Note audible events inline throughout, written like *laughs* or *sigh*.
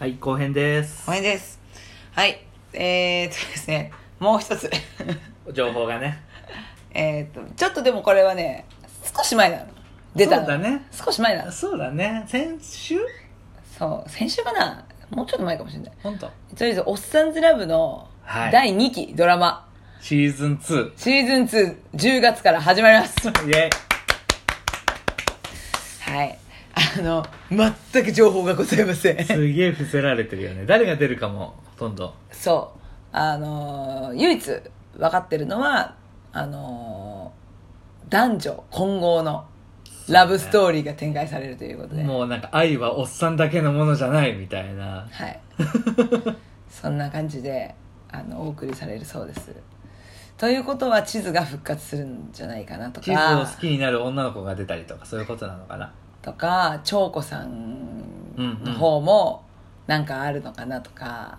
はい、後編です応。援です。はい。えー、っとですね、もう一つ。 *laughs* 情報がね。えーっと、ちょっとでもこれはね、少し前なの。出たの。そうだね少し前なの。そうだね。先週そう、先週かなもうちょっと前かもしれない。本当とりあえず、おっさんずラブのはい第2期ドラマ、シーズン2。シーズン2、10月から始まります。イェイ。はい。あの、全く情報がございません。すげえ伏せられてるよね。誰が出るかも、ほとんど。そう。あのー唯一分かってるのは、あのー男女混合のラブストーリーが展開されるということで。もうなんか愛はおっさんだけのものじゃないみたいな。はい。 *laughs* そんな感じで、あの、お送りされるそうです。ということは、地図が復活するんじゃないかなとチーズをか好、きになる女の子が出たりとか、そういうことなのかな。とか、長子さんの方も、なんかあるのかなとか、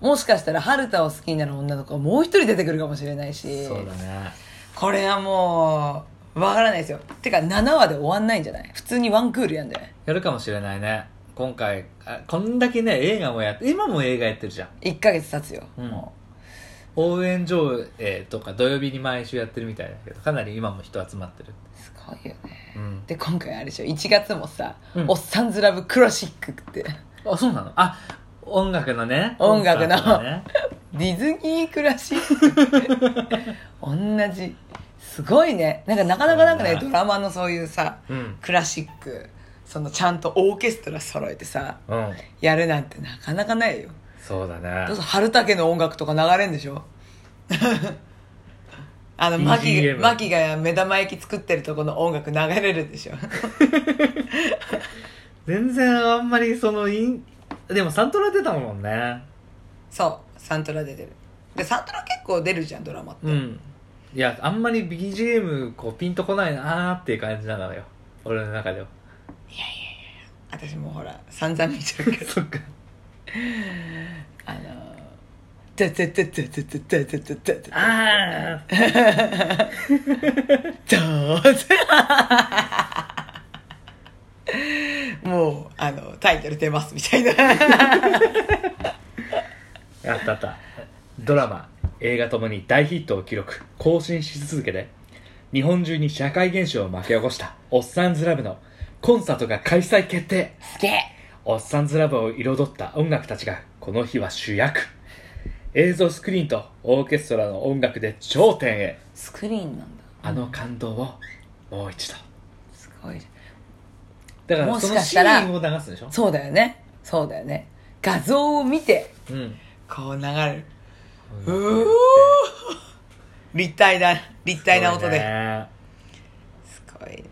もしかしたら、春田を好きになる女の子がもう一人出てくるかもしれないし、そうだね。これはもう、わからないですよ。てか、7話で終わんないんじゃない普通にワンクールやんじゃないやるかもしれないね。今回、あこんだけね、映画もやって、今も映画やってるじゃん。 ?1 ヶ月経つよ。うんも応援上映とか土曜日に毎週やってるみたいだけど、かなり今も人集まってる。う、すごいよね。うん。で今回あれでしょ1月もさ「うんおっさんずラブクラシック」って *laughs* あ、そうなのあ、音楽のね。音楽のコンサートねディズニークラシックって同じすごいねなんかなかなかなんかねそうねドラマのそういうさうん。クラシックそのちゃんとオーケストラ揃えてさうん。やるなんてなかなかないよそうだねどう。ぞ春竹の音楽とか流れんでしょあのマキ BGM マキが目玉焼き作ってるとこの音楽流れるでしょ全然あんまりその、いん、でもサントラ出たもんね。そうサントラ出てるでサントラ結構出るじゃんドラマって、うん。いや、あんまり BGM こうピンとこないなーっていう感じなのよ。俺の中で *laughs* は。私もほら散々見てるけどそっか。あのー「タタタタタタタタタタタあー。どうぞもうあのタイトル出ますみたいなあったあった。ドラマ、映画ともに大ヒットを記録、更新し続けて、日本中に社会現象を巻き起こした、おっさんずラブのコンサートが開催決定すげえおっさんずラブを彩った音楽たちがこの日は主役映像スクリーンとオーケストラの音楽で頂点へスクリーンなんだあの感動をもう一度すごいだからもそしのかシしたらーンを流すでしょそうだよねそうだよね画像を見てうんこう流れるううおー立体だ立体な音で、ねすごいね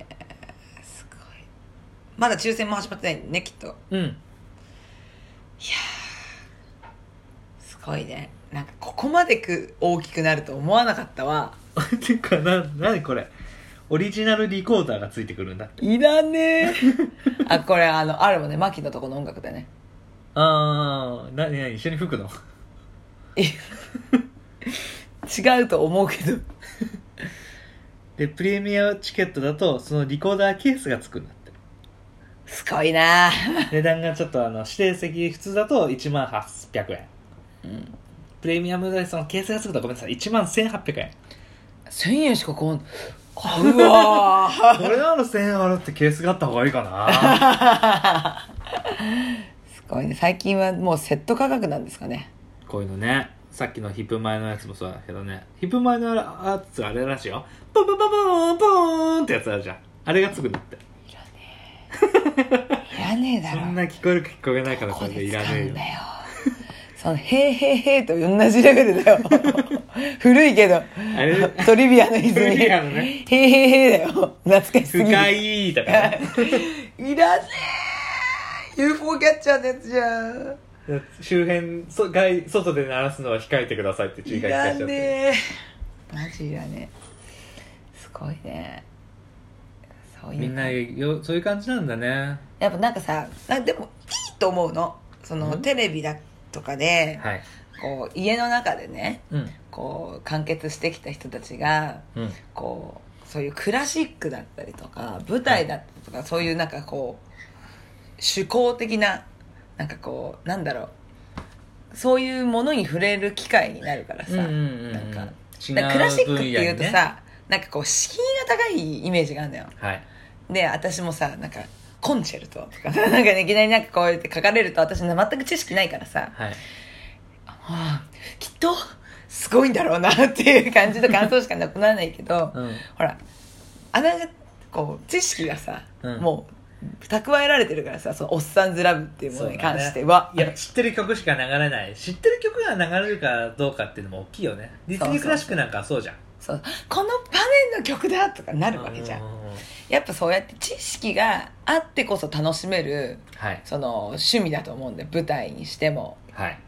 すごいまだ抽選も始まってないねきっとうんすごいねなんかここまでく大きくなると思わなかったわ *laughs* ていうかな何これオリジナルリコーダーがついてくるんだいらねえ *laughs* あこれあのあれもねマキのとこの音楽だねああなになに一緒に吹くの違うと思うけどでプレミアチケットだとそのリコーダーケースがつくんだってすごい *laughs* な値段がちょっとあの指定席普通だと1万800円、うんプレミアムでそのケースがつくとごめんなさい1万1800円1000円しかこん買うわー俺なら1000円払ってケースがあった方がいいかなすごいね最近はもうセット価格なんですかね *laughs* こういうのねさっきのヒップ前のやつもそうだけどねヒップ前のやつあれらしいよポンポンポンポンポーンってやつあるじゃんあれがつくんだっていらねえだそろんな聞こえるか聞こえないかのここ感じでいで使らうねえんよだよその「へーへーへー」と同じレベルだよ *laughs* 古いけどあれ *laughs* トリビアの泉トリビアのへねーへーへーだよ懐かしすぎる深いとかね *laughs* いらねえ UFO キャッチャーのやつじゃん *laughs* 周辺そ外外で鳴らすのは控えてくださいって注意いが控らえちゃってねるえマジいらねえすごいねそういうみんなよそういう感じなんだねやっぱなんかさなでもいいと思うのその、うんテレビだとかで、はいこう家の中でねうんこう完結してきた人たちがうんこうそういうクラシックだったりとか舞台だったりとか、そういうなんかこう趣向的ななんかこうなんだろうそういうものに触れる機会になるからうさ、んうんうんなんか違うだからクラシックっていうと分野にねさ、なんかこう敷居が高いイメージがあるのよはいで私もさなんかコンチェルトとか *laughs* なんかねいきなりなんかこうやって書かれると私全く知識ないからさ、はいああきっとすごいんだろうなっていう感じと感想しかなくならないけど、うんほらあながこう知識がさ、うんもう蓄えられてるからさその「おっさんずラブ」っていうものに関しては、いや知ってる曲しか流れない知ってる曲が流れるかどうかっていうのも大きいよねディズニークラシックなんかはそうじゃんそうこの場面の曲だとかなるわけじゃん、ううううんやっぱそうやって知識があってこそ楽しめるはいその趣味だと思うんで舞台にしてもはい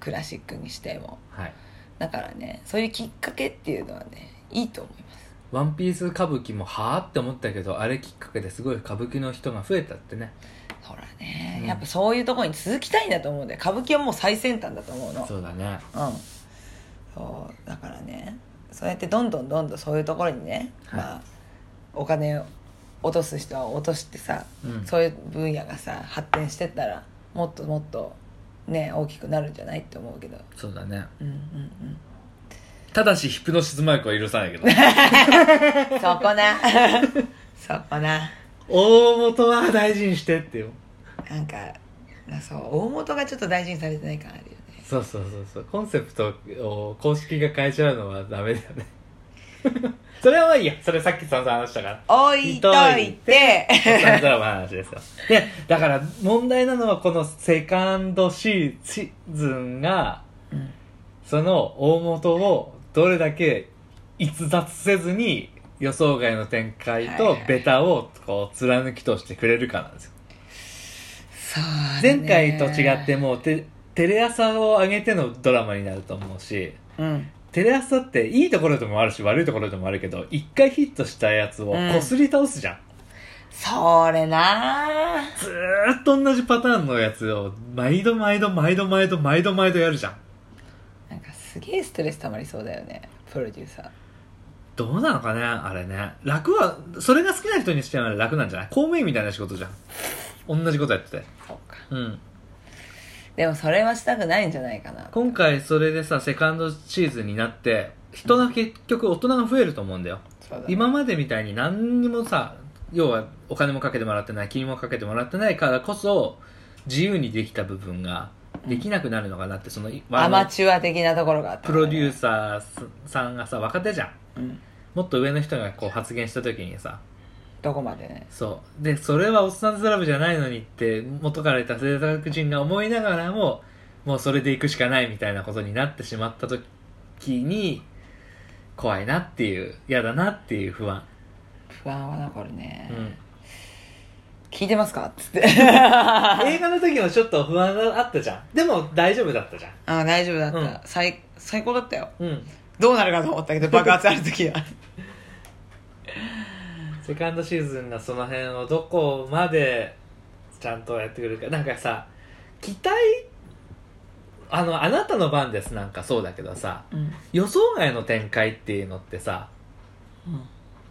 クラシックにしてもはいだからねそういうきっかけっていうのはねいいと思います「ワンピース歌舞伎もはあって思ったけどあれきっかけですごい歌舞伎の人が増えたってねほらね、うんやっぱそういうところに続きたいんだと思うんだよ歌舞伎はもう最先端だと思うのう,、うだねん、そうだからねそうやってどんどんどんどんそういうところにね、はいまあ、お金を落とす人は落としてさ、うんそういう分野がさ発展してったらもっともっとね大きくなるんじゃないって思うけどそうだねうんうんただしヒプノシズマイクは許さないけど *laughs* うんそこな *laughs* そこな大元は大事にしてってよなんかなそう大元がちょっと大事にされてない感あるよねそうそうそうそうコンセプトを公式が変えちゃうのはダメだよね *laughs* それはいいやそれさっきさんざん話したから置いといてさんざんの話ですよでだから問題なのはこのセカンドシーズンがうんその大元をどれだけ逸脱せずに予想外の展開はといはいベタをこう貫きとしてくれるかなんですよそうだね前回と違ってもうてテレ朝を上げてのドラマになると思うしうんテレ朝っていいところでもあるし悪いところでもあるけど一回ヒットしたやつをうんこすり倒すじゃん、それなぁずーっと同じパターンのやつを毎度毎度毎度毎度毎度毎度やるじゃんなんかすげえストレス溜まりそうだよねプロデューサーどうなのかねあれね楽はそれが好きな人にしては楽なんじゃない公務員みたいな仕事じゃん同じことやっててそうかうんでもそれはしたくないんじゃないかな今回それでさセカンドシーズンになって人が結局大人が増えると思うんだよそうだね今までみたいに何にもさ要はお金もかけてもらってない金もかけてもらってないからこそ自由にできた部分ができなくなるのかなってそのアマチュア的なところがあったプロデュースサーさんがさ若手じゃんうんもっと上の人がこう発言した時にさどこまでねそうでそれはおっさんずラブじゃないのにって元からいた制作人が思いながらももうそれで行くしかないみたいなことになってしまった時に怖いなっていう嫌だなっていう不安、不安は残るね、うん、聞いてますかっつっ *laughs* て映画の時もちょっと不安があったじゃんでも大丈夫だったじゃん *laughs* あ大丈夫だった、うん最最高だったようんどうなるかと思ったけど爆発ある時はセカンドシーズンがその辺をどこまでちゃんとやってくれるかなんかさ期待あの「あなたの番です」なんかそうだけどさうん、予想外の展開っていうのってさ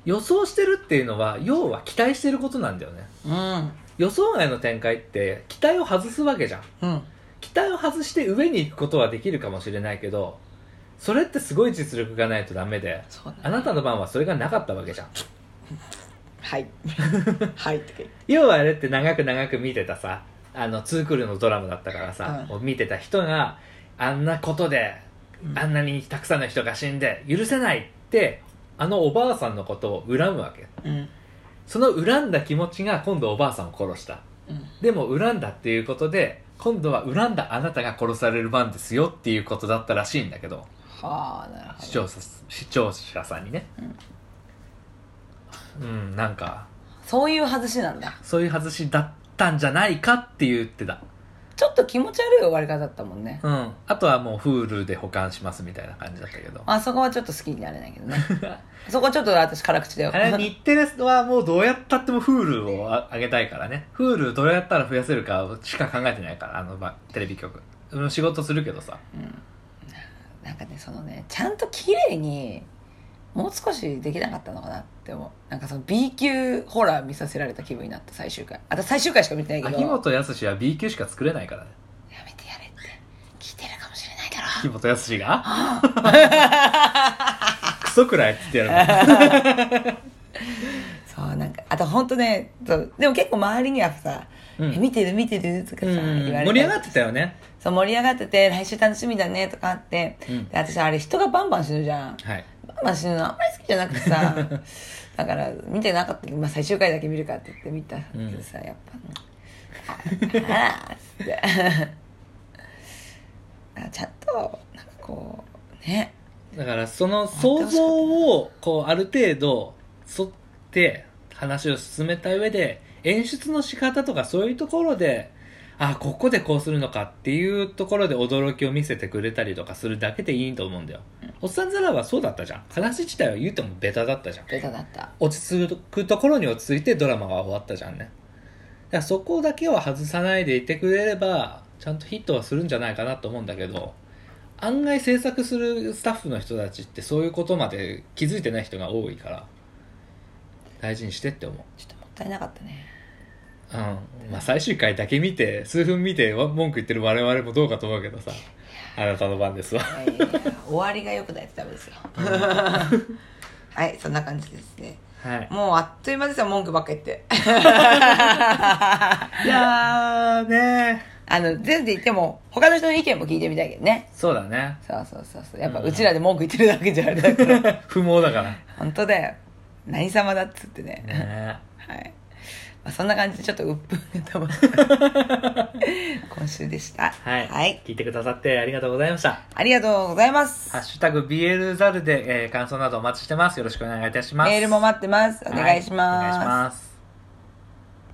予想してるっていうのは要は期待してることなんだよねうん予想外の展開って期待を外すわけじゃんうん期待を外して上に行くことはできるかもしれないけどそれってすごい実力がないとダメでそうだあなたの番はそれがなかったわけじゃんはいはいって要はあれって長く長く見てたさあのツークールのドラマだったからさ、う見てた人があんなことで、うんあんなにたくさんの人が死んで許せないってあのおばあさんのことを恨むわけうんその恨んだ気持ちが今度おばあさんを殺したうんでも恨んだっていうことで今度は恨んだあなたが殺される番ですよっていうことだったらしいんだけどはあなるほど視聴者視聴者さんにねうん、なんかそういう外しなんだそういう外しだったんじゃないかって言ってたちょっと気持ち悪い終わり方だったもんねうんあとはもう Hulu で保管しますみたいな感じだったけどあそこはちょっと好きになれないけどねそこはちょっと私辛口だ *laughs* よあれ日テレはもうどうやったっても Hulu をあ上げたいからね Hulu どうやったら増やせるかしか考えてないからあのばテレビ局うん仕事するけどさなんかねそのねちゃんと綺麗にもう少しできなかったのかなって思うなんかその B 級ホラー見させられた気分になった最終回あた最終回しか見てないけど秋元康は B 級しか作れないからねやめてやれって聞いてるかもしれないだ秋元康が *laughs* ろクソくらいっつってやるそうなんかあと本当ねそうでも結構周りにはさ「うんえ見てる見てる」とか *laughs* さ、言われ盛り上がっってたよねそう盛り上がってて来週楽しみだねとかあって、うんで私あれ人がバンバン死ぬじゃんはいバンバン死ぬのあんまり好きじゃなくてさ *laughs* だから見てなかったけど、まあ、最終回だけ見るかって言って見たけどさ、やっぱああっつってあちゃんとなんかこうねだからその想像をこうある程度沿って話を進めた上で演出の仕方とかそういうところであここでこうするのかっていうところで驚きを見せてくれたりとかするだけでいいと思うんだよ、おっさんずらはそうだったじゃん話自体は言うてもベタだったじゃんベタだった落ち着くところに落ち着いてドラマは終わったじゃんねだからそこだけは外さないでいてくれればちゃんとヒットはするんじゃないかなと思うんだけど案外制作するスタッフの人たちってそういうことまで気づいてない人が多いから大事にしてって思うちょっともったいなかったねうんまあ最終回だけ見て数分見てわ文句言ってる我々もどうかと思うけどさあなたの番ですわいやいやいや終わりが良くないとダメ *laughs* ですよはいそんな感じですねはいもうあっという間ですよ文句ばっか言って *laughs* いやーねあの全部言っても他の人の意見も聞いてみたいけどねそうだねそうそうそうそうやっぱうちらで文句言ってるだけじゃあれだ *laughs* から *laughs* 不毛だから本当だよ何様だっつってねねはい、まあ、そんな感じでちょっと鬱憤が溜まった *laughs* 今週でしたはい、聞いてくださってありがとうございました。ありがとうございますハッシュタグ BL ザルで、えー感想などお待ちしてます。よろしくお願いいたします。メールも待ってますお願いしまはす、いお願いします。